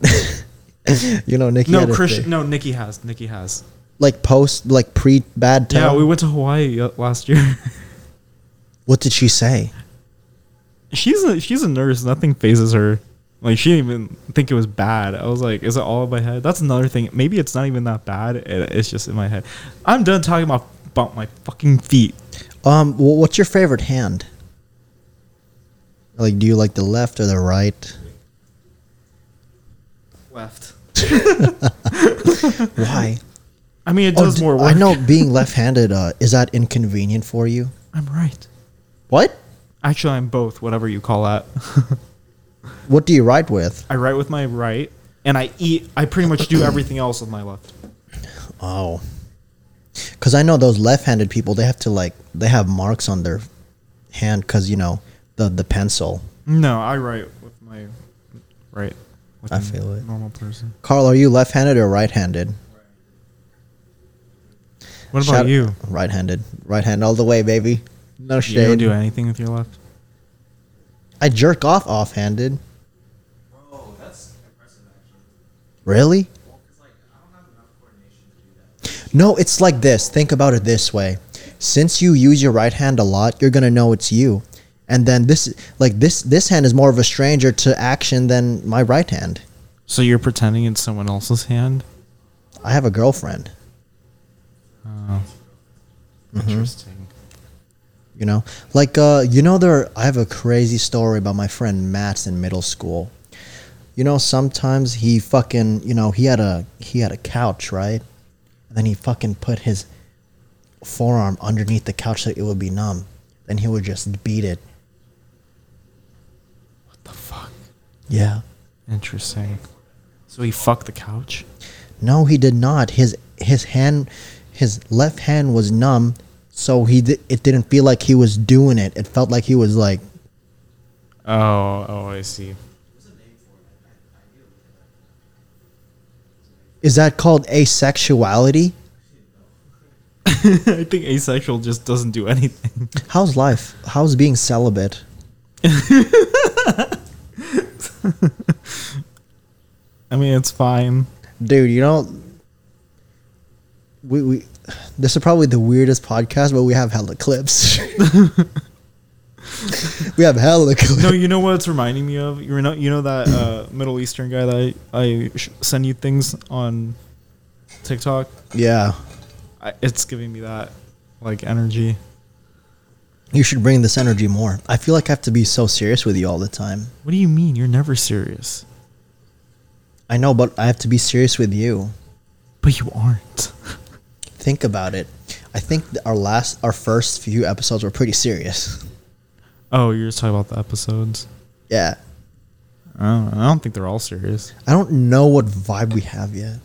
you know, Nikki. no, had a Chris. thing. No, Nikki has. Nikki has. Like post, like pre bad toe. Yeah, we went to Hawaii uh, last year. what did she say? she's a, she's a nurse. Nothing phases her. Like she didn't even think it was bad. I was like, is it all in my head? That's another thing. Maybe it's not even that bad. It, it's just in my head. I'm done talking about about my fucking feet. Um, wh- what's your favorite hand? Like, do you like the left or the right? Left. Why? I mean, it Oh, does d- more work. I know being left-handed uh, is that inconvenient for you. I'm right. What? Actually, I'm both. Whatever you call that. What do you write with? I write with my right, and I eat. I pretty much do everything else with my left. Oh, because I know those left-handed people. They have to like they have marks on their hand because you know the the pencil. No, I write with my right. Like I a feel it. Normal person. Carl, are you left-handed or right-handed? What about Shout- you? Right-handed. Right hand all the way, baby. No You don't shade. do anything with your left. I jerk off off-handed. Bro, that's impressive actually. Really? Well, 'cause like I don't have enough coordination to do that. No, it's like this. Think about it this way. Since you use your right hand a lot, you're gonna know it's you. And then this like this this hand is more of a stranger to action than my right hand. So you're pretending it's someone else's hand. I have a girlfriend, Oh. Interesting. you know? Like uh you know there I have a crazy story about my friend Matt's in middle school. You know, sometimes he fucking you know, he had a he had a couch, right? And then he fucking put his forearm underneath the couch so it would be numb. Then he would just beat it. What the fuck? Yeah. Interesting. So he fucked the couch. No, he did not. His his hand, his left hand was numb, so he di- it didn't feel like he was doing it. It felt like he was like, Oh, oh, I see. is that called asexuality? I think asexual just doesn't do anything. How's life? How's being celibate? I mean, it's fine. Dude, you know, we we this is probably the weirdest podcast, but we have hella clips. we have hella clips. No, you know what it's reminding me of? You know, you know that uh, Middle Eastern guy that I, I sh- send you things on TikTok. Yeah, I, it's giving me that like energy. you should bring this energy more. I feel like I have to be so serious with you all the time. What do you mean? You're never serious, I know, but I have to be serious with you. but you aren't. think about it, I think th- our last, our first few episodes were pretty serious. Oh, you're just talking about the episodes. Yeah, I don't, I don't think they're all serious. I don't know what vibe we have yet.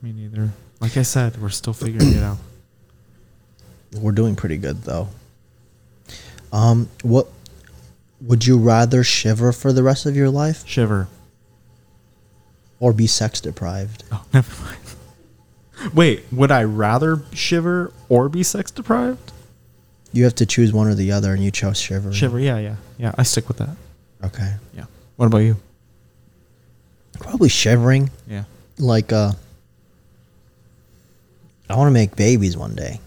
Me neither. Like I said, we're still figuring it out. We're doing pretty good though. Um, what would you rather shiver for the rest of your life Shiver. or be sex deprived? Oh, never mind. Wait, would I rather shiver or be sex deprived? You have to choose one or the other, and you chose shiver. Shiver, yeah, yeah, yeah. I stick with that. Okay. Yeah. What about you? Probably shivering. Yeah. Like, uh, I want to make babies one day.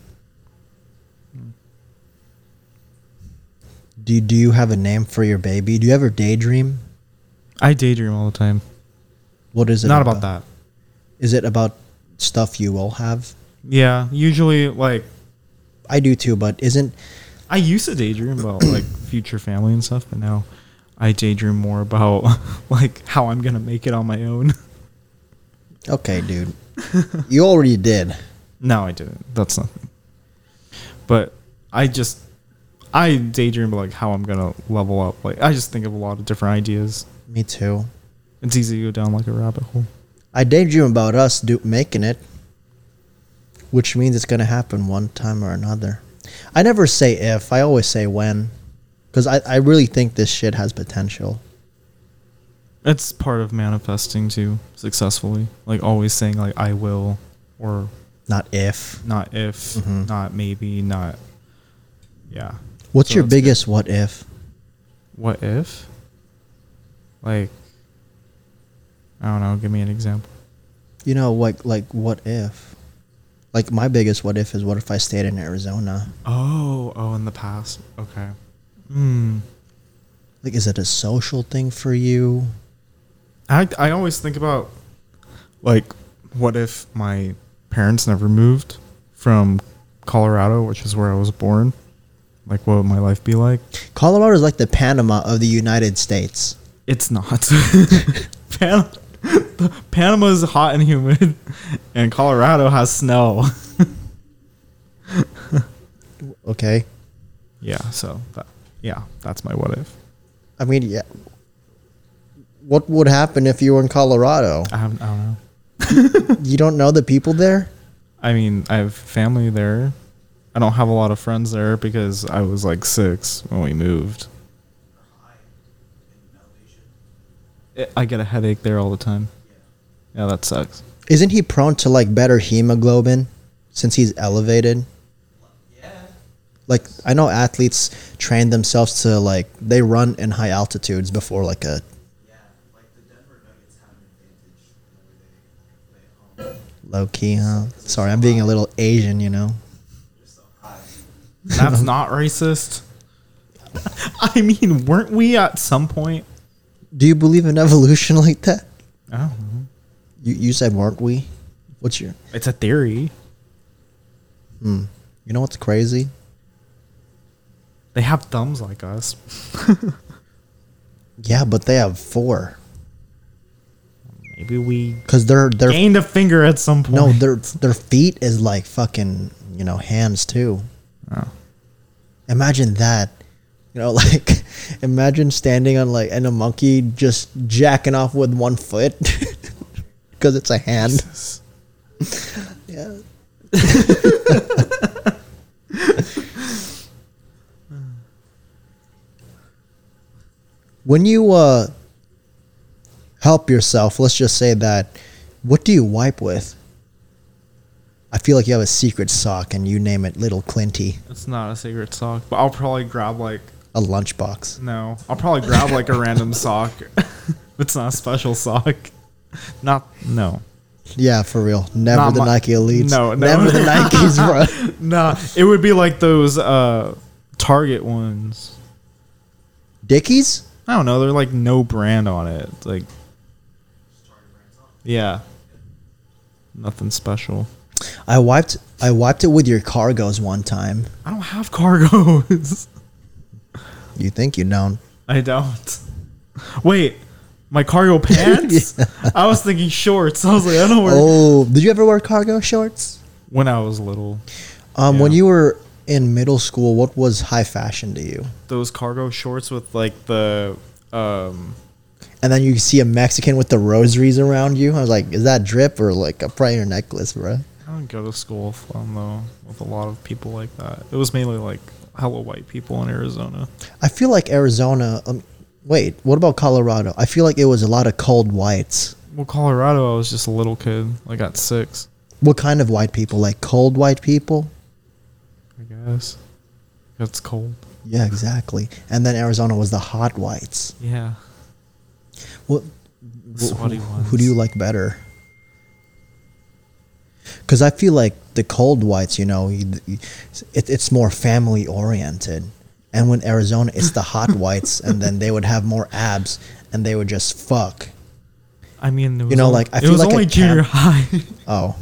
Do Do you have a name for your baby? Do you ever daydream? I daydream all the time. What is it? Not about that. Is it about stuff you will have? Yeah. Usually, like, I do too, but isn't I used to daydream about, like, future family and stuff, but now I daydream more about, like, how I'm going to make it on my own. okay, dude. you already did. no, I didn't. That's nothing. But I just, I daydream about, like, how I'm going to level up. Like, I just think of a lot of different ideas. Me too. It's easy to go down, like, a rabbit hole. I daydream about us do- making it, which means it's going to happen one time or another. I never say if, I always say when, because I, I really think this shit has potential. It's part of manifesting, too, successfully. Like, always saying, like, I will or Not if. not if, Mhm. not maybe, not yeah. What's So your it's good. biggest what if? What if? Like, I don't know. Give me an example. You know, like like what if? Like my biggest what if is what if I stayed in Arizona? Oh, oh, in the past. Okay. Hmm. Like, is it a social thing for you? I I always think about like, what if my parents never moved from Colorado, which is where I was born, Like, what would my life be like? Colorado is like the Panama of the United States. It's not. Pan- Panama is hot and humid, and Colorado has snow. Okay. yeah, so that, yeah, that's my what if. I mean, yeah. What would happen if you were in Colorado? I, haven't, I don't know. You don't know the people there? I mean, I have family there. I don't have a lot of friends there because I was like six when we moved. I- I get a headache there all the time. Yeah, that sucks. Isn't he prone to like better hemoglobin since he's elevated? Yeah. Like I know athletes train themselves to like they run in high altitudes before like a Yeah. Like the Denver Nuggets have an advantage whenever they play at home. low key. Huh? Sorry, I'm being a little Asian, you know. They're so high. That's not racist. I mean, weren't we at some point? Do you believe in evolution like that? I don't know. You you said weren't we? What's your Oh, It's a theory. hmm. You know what's crazy? They have thumbs like us. Yeah, but they have four Maybe we because they're they're gained a finger at some point. No, their their feet is like fucking, you know, hands too. Oh. Imagine that. You know, like imagine standing on like and a monkey just jacking off with one foot because it's a hand. Yeah. when you uh help yourself, let's just say that what do you wipe with? I feel like you have a secret sock and you name it little Clinty, It's not a secret sock, but I'll probably grab like a lunchbox. No, I'll probably grab like a random sock. it's not a special sock. Not no. Yeah, for real. Never Not the my- Nike elites. No, no. never the Nikes, bro. Nah, it would be like those uh Target ones. Dickies? I don't know, they're like no brand on it. It's like Yeah. Nothing special. I wiped I wiped it with your cargos one time. I don't have cargos. You think you don't? I don't. Wait, my cargo pants? I was thinking shorts. I was like, I don't wear Oh, did you ever wear cargo shorts? when I was little. Um, when Yeah. you were in middle school, what was high fashion to you? Those cargo shorts with like the um And then you see a Mexican with the rosaries around you. I was like, is that drip or like a prayer necklace, bro? I don't go to school um, though with a lot of people like that. It was mainly like hella white people in Arizona. I feel like Arizona. Um, wait, what about Colorado? I feel like it was a lot of cold whites. Well, Colorado, I was just a little kid. Like at six, What kind of white people? Like cold white people? I guess. It's cold. Yeah, exactly. And then Arizona was the hot whites. Yeah. What? Sweaty who, ones. who do you like better? Because I feel like the cold whites, you know, you, you- it, it's more family oriented. And when Arizona, it's the hot whites, and then they would have more abs, and they would just fuck. I mean, it was know, only- like, I it feel was like a only camp- junior high. Oh,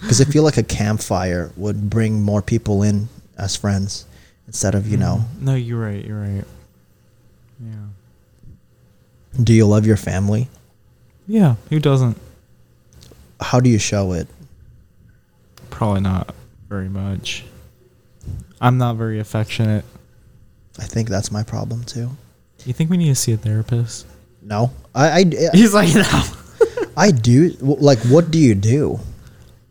because I feel like a campfire would bring more people in as friends instead of Mm. you know. no, you're right. You're right. Yeah. Do you love your family? Yeah. Who doesn't? How do you show it? Probably not very much. I'm not very affectionate. I think that's my problem too. You think we need to see a therapist? No, I I, He's like, no. I do. w- Like, what do you do?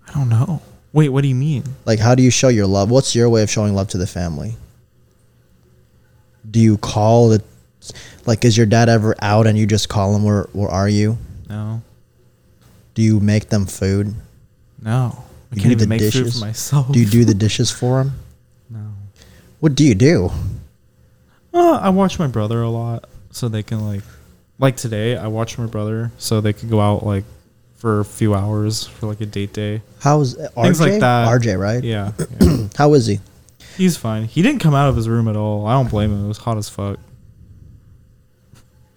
I don't know. Wait, what do you mean? Like, how do you show your love? What's your way of showing love to the family? Do you call the, like, is your dad ever out and you just call him, where, where are you? No. Do you make them food? No. I You can't do the even make food dishes? for myself. Do you do the dishes for him? No. What do you do? Uh, I watch my brother a lot, so they can like, like today I watch my brother, so they could go out like for a few hours for like a date day. How's RJ? Things like that. RJ, right? Yeah. yeah. How is he? He's fine. He didn't come out of his room at all. I don't blame him. It was hot as fuck.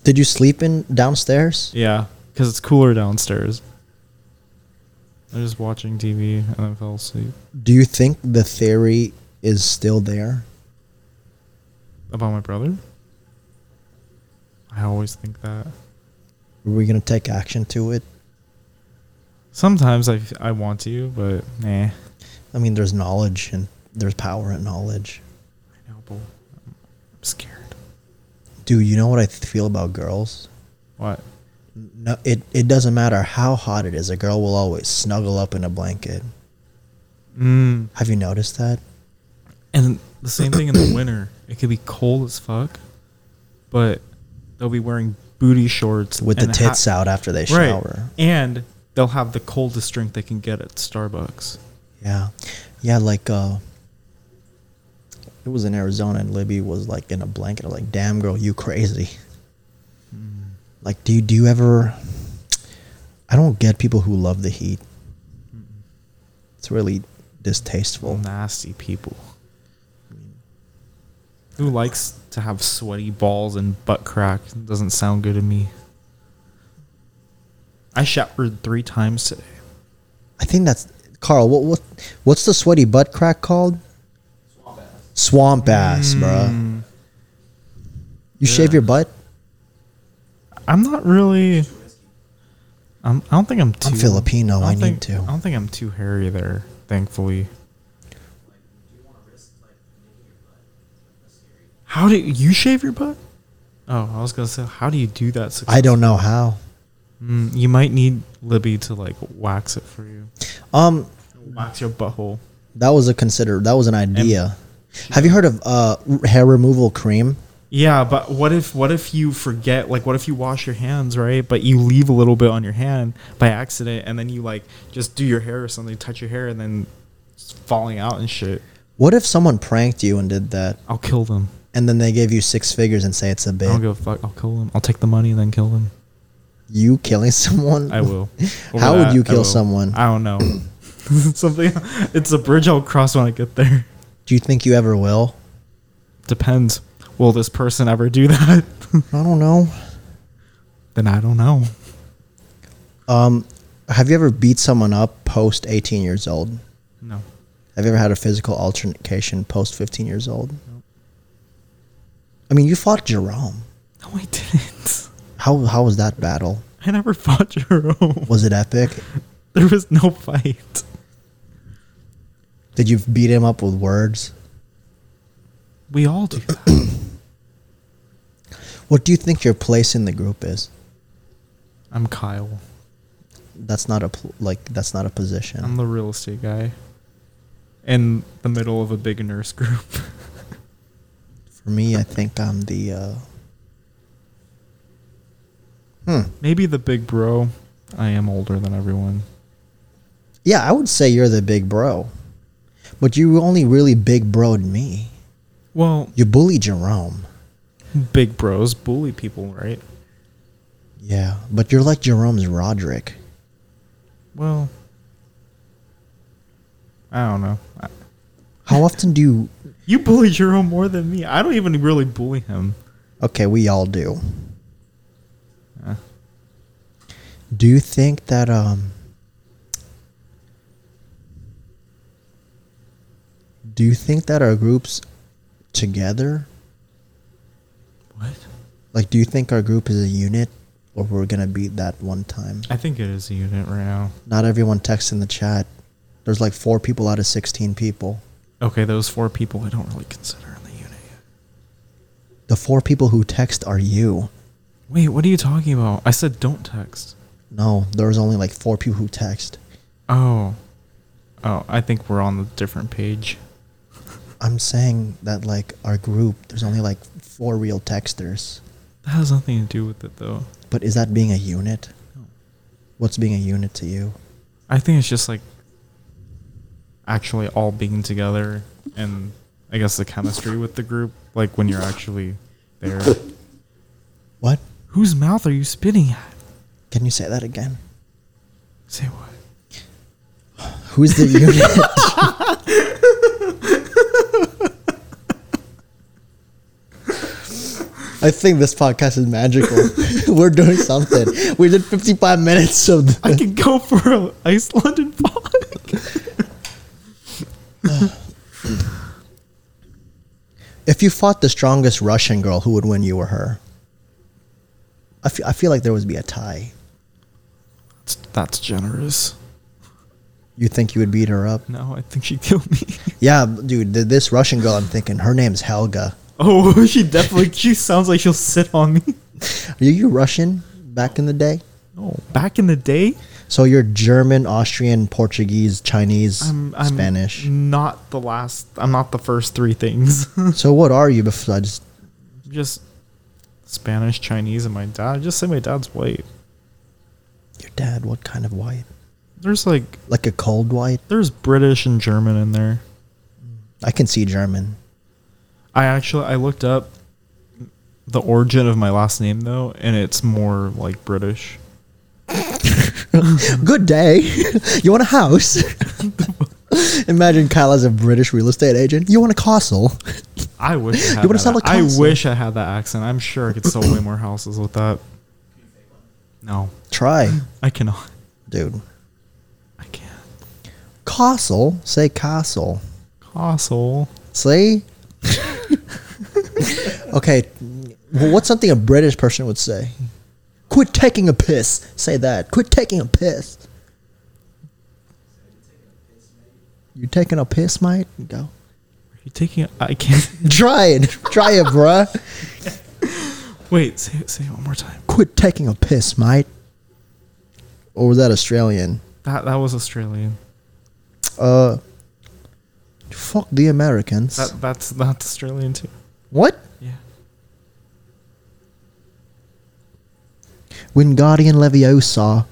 Did you sleep in downstairs? Yeah, because it's cooler downstairs. I'm just watching TV and I fell asleep. Do you think the theory is still there? About my brother? I always think that. Are we gonna take action to it? Sometimes I, I want to, but nah. I mean, there's knowledge and there's power in knowledge. I know, but I'm scared. Dude, you know what I th- feel about girls? What? No, it, it doesn't matter how hot it is. A girl will always snuggle up in a blanket. Mm. Have you noticed that? And the same thing in the winter. It could be cold as fuck, but they'll be wearing booty shorts With the and ha- tits out after they Right. shower. And they'll have the coldest drink they can get at Starbucks. Yeah. Yeah, like uh it was in Arizona and Libby was like in a blanket. I'm like, damn girl, you crazy. Mm. Like do you do you ever I don't get people who love the heat. It's really distasteful. Nasty people. Who likes to have sweaty balls and butt crack? Doesn't sound good to me. I showered three times today. I think that's Carl, what what what's the sweaty butt crack called? Swamp ass. Swamp ass, bruh. Mm, You shave yeah. your butt? I'm not really. Too risky. I'm, I don't think I'm too. I'm Filipino, don't I need think- to. I don't think I'm too hairy there. Thankfully, Like, do you want to risk like nicking your butt? Like, that's scary. how do you shave your butt? Oh, I was gonna say, how do you do that? I don't know how. Mm, you might need Libby to like wax it for you. Um Wax your butthole. that was a consider that was an idea. Have you heard of uh hair removal cream? Yeah, but what if what if you forget? Like, what if you wash your hands right, but you leave a little bit on your hand by accident, and then you like just do your hair or something, touch your hair, and then it's falling out and shit. What if someone pranked you and did that, I'll kill them. and then they gave you six figures and say it's a I bit? don't give a fuck. I'll kill them. I'll take the money and then kill them. You killing someone? I will. Over How would you I kill will. someone? I don't know. something. It's a bridge I'll cross when I get there. Do you think you ever will? Depends. Will this person ever do that? I don't know. then I don't know. Um, have you ever beat someone up post 18 years old? No. Have you ever had a physical altercation post 15 years old? I mean, you fought Jerome. No, I didn't. How how was that battle? I never fought Jerome. Was it epic? There was no fight. Did you beat him up with words? We all do that. What do you think your place in the group is? I'm Kyle. That's not a pl- like that's not a position. I'm the real estate guy. In the middle of a big nurse group. For me, I think I'm the. Uh, hmm. Maybe the big bro. I am older than everyone. Yeah, I would say you're the big bro, but you only really big broed me. Well, You bully Jerome. big bros bully people, right? Yeah, but you're like Jerome's Roderick. Well, I don't know. I- How often do you? You bully Jerome more than me. I don't even really bully him. Okay, we all do. Uh, Do you think that um? Do you think that our groups together? what? Like, do you think our group is a unit, or we're gonna be that one time? I think it is a unit right now. Not everyone texts in the chat. There's like four people out of 16 people. Okay, those four people I don't really consider in the unit yet. The four people who text are you. Wait, what are you talking about? I said don't text. No, there's only like four people who text. Oh. Oh, I think we're on a different page. I'm saying that like our group, there's only like four real texters. That has nothing to do with it, though. But is that being a unit? No. What's being a unit to you? I think it's just like actually all being together and I guess the chemistry with the group, like when you're actually there. What? Whose mouth are you spitting at? Can you say that again? Say what? Who's the unit? I think this podcast is magical. We're doing something. We did 55 minutes of I the, could go for a Ice London fog. if if you fought the strongest Russian girl, who would win, you or her? I fe- I feel like there would be a tie. That's, that's generous. You think you would beat her up? No, I think she killed me. Yeah, dude. th- This Russian girl, I'm thinking her name's Helga. oh, she definitely. She sounds like she'll sit on me. Are you Russian back in the day? Oh, back in the day, So you're German, Austrian, Portuguese, Chinese, I'm, I'm Spanish. Not the last. I'm not the first three things. So what are you besides? just Spanish, Chinese, and my dad. Just say my dad's white. Your dad, what kind of white? There's like Like a cold white? there's British and German in there. I can see German. I actually I looked up the origin of my last name though, and it's more like British. Good day. you want a house? Imagine Kyle as a British real estate agent. You want a castle? I wish I had You wanna that. sell a I castle? wish I had that accent. I'm sure I could sell way more houses with that. No, Try, I cannot. dude. I can't. Castle. Say castle. Castle. See? okay. Well, what's something a British person would say? Quit taking a piss. Say that. Quit taking a piss. You taking a piss, mate? Go. Are you taking? a- I can't. Try it. Try it, bruh. Wait. Say it. Say it one more time. Quit taking a piss, mate. Or was that Australian? That that was Australian. Uh, fuck the Americans. That that's that's Australian too. what? Yeah. Wingardium Leviosa.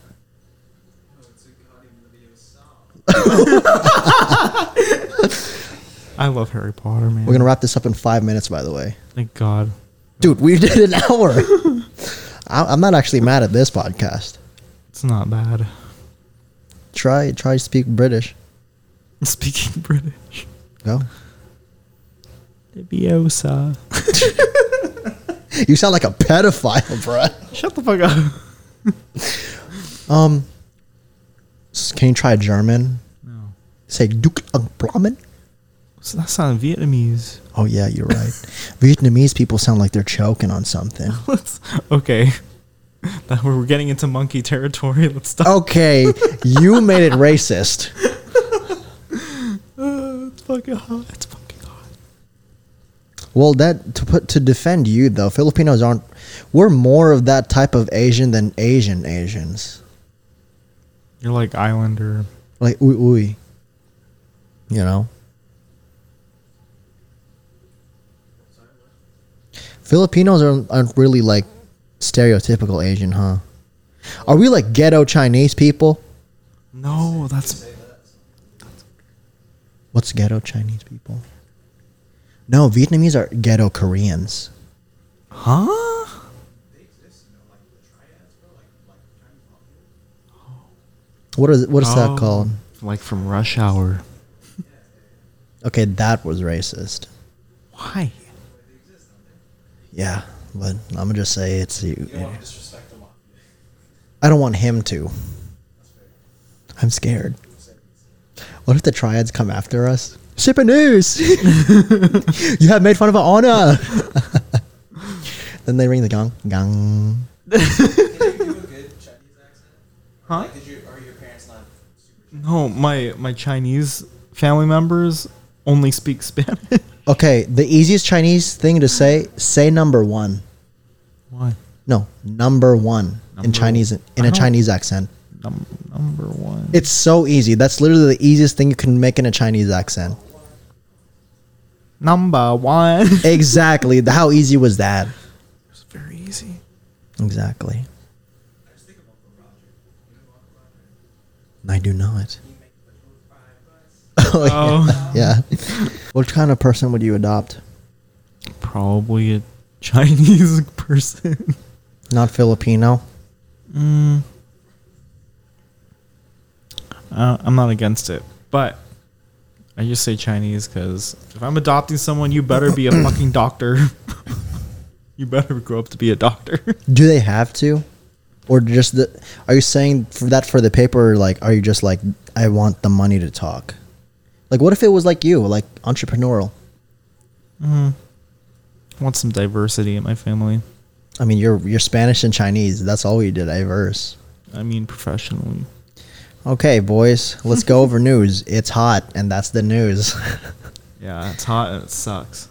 I love Harry Potter, man. We're gonna wrap this up in five minutes, by the way. Thank God. Dude, we did an hour. I- I'm not actually mad at this podcast. It's not bad. Try try to speak British. Speaking British. Go. Leviosa. You sound like a pedophile, bruh. Shut the fuck up. Um, s- can you try German? No. Say Duke und Blumen. So that sounded Vietnamese. Oh yeah, you're right. Vietnamese people sound like they're choking on something. Let's, okay. That we're getting into monkey territory. Let's stop. Okay, you made it racist. Uh, it's fucking hot. It's fucking hot. Well, that to put to defend you though, Filipinos aren't. We're more of that type of Asian than Asian Asians. You're like Islander. Like ooh ooh. You know. Filipinos aren't, aren't really like stereotypical Asian, huh? Are we like ghetto Chinese people? No, that's What's ghetto Chinese people? No, Vietnamese are ghetto Koreans. huh. What is what is that Oh, called? Like from Rush Hour. Okay, that was racist. Why? Yeah, but I'm gonna just say it's you. You don't want to disrespect the mafia. I don't want him to. I'm scared. What if the triads come after us? Ship and news! you have made fun of our honor! then they ring the gong. Gong. Can you do a good Chinese accent? Huh? Like, did you, are your parents not super Chinese? No, my my Chinese family members only speak Spanish. Okay, the easiest Chinese thing to say say number one. Why? No, number one in Number- Chinese in I a don't- Chinese accent. Num- number one. It's so easy. That's literally the easiest thing you can make in a Chinese accent. number one. Exactly. How easy was that? It's very easy. Exactly. I just think of Uncle Roger. You know Uncle Roger? I do know it. He make the food fried rice. oh, Oh. Yeah. yeah. what kind of person would you adopt? Probably a Chinese person. Not Filipino. Mm. Uh, I'm not against it, but I just say Chinese because if I'm adopting someone, you better be a fucking doctor. you better grow up to be a doctor. Do they have to? Or just the are you saying for that for the paper or like are you just like I want the money to talk? Like what if it was like you, like entrepreneurial? Mm. want some diversity in my family. I mean, you're you're Spanish and Chinese. That's all you did. Diverse. I mean, professionally. Okay, boys, let's go over news. It's hot, and that's the news. Yeah, it's hot and it sucks.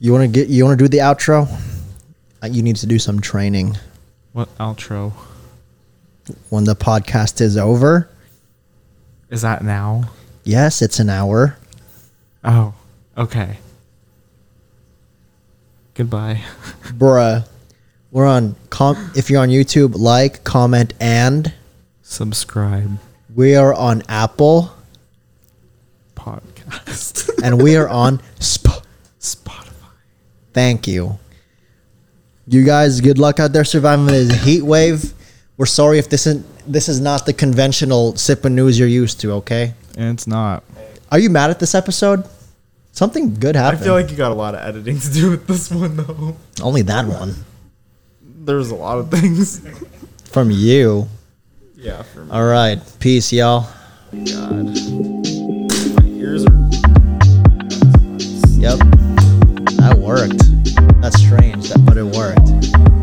you want to get you want to do the outro? Uh, You need to do some training What outro when the podcast is over. is that now? Yes, it's an hour. Oh, okay. Goodbye. Bruh. We're on com- if you're on YouTube, like, comment, and Subscribe we are on Apple podcast. and we are on Sp- Spotify. Thank you. You guys, good luck out there surviving the heat wave. We're sorry if this isn't this is not the conventional sip of news you're used to, okay? And it's not. Are you mad at this episode? Something good I happened. feel like you got a lot of editing to do with this one though. only that one There's a lot of things. from you. yeah, for me. All right. Peace, y'all. God. My ears are Yep. That worked. That's strange, that but it worked.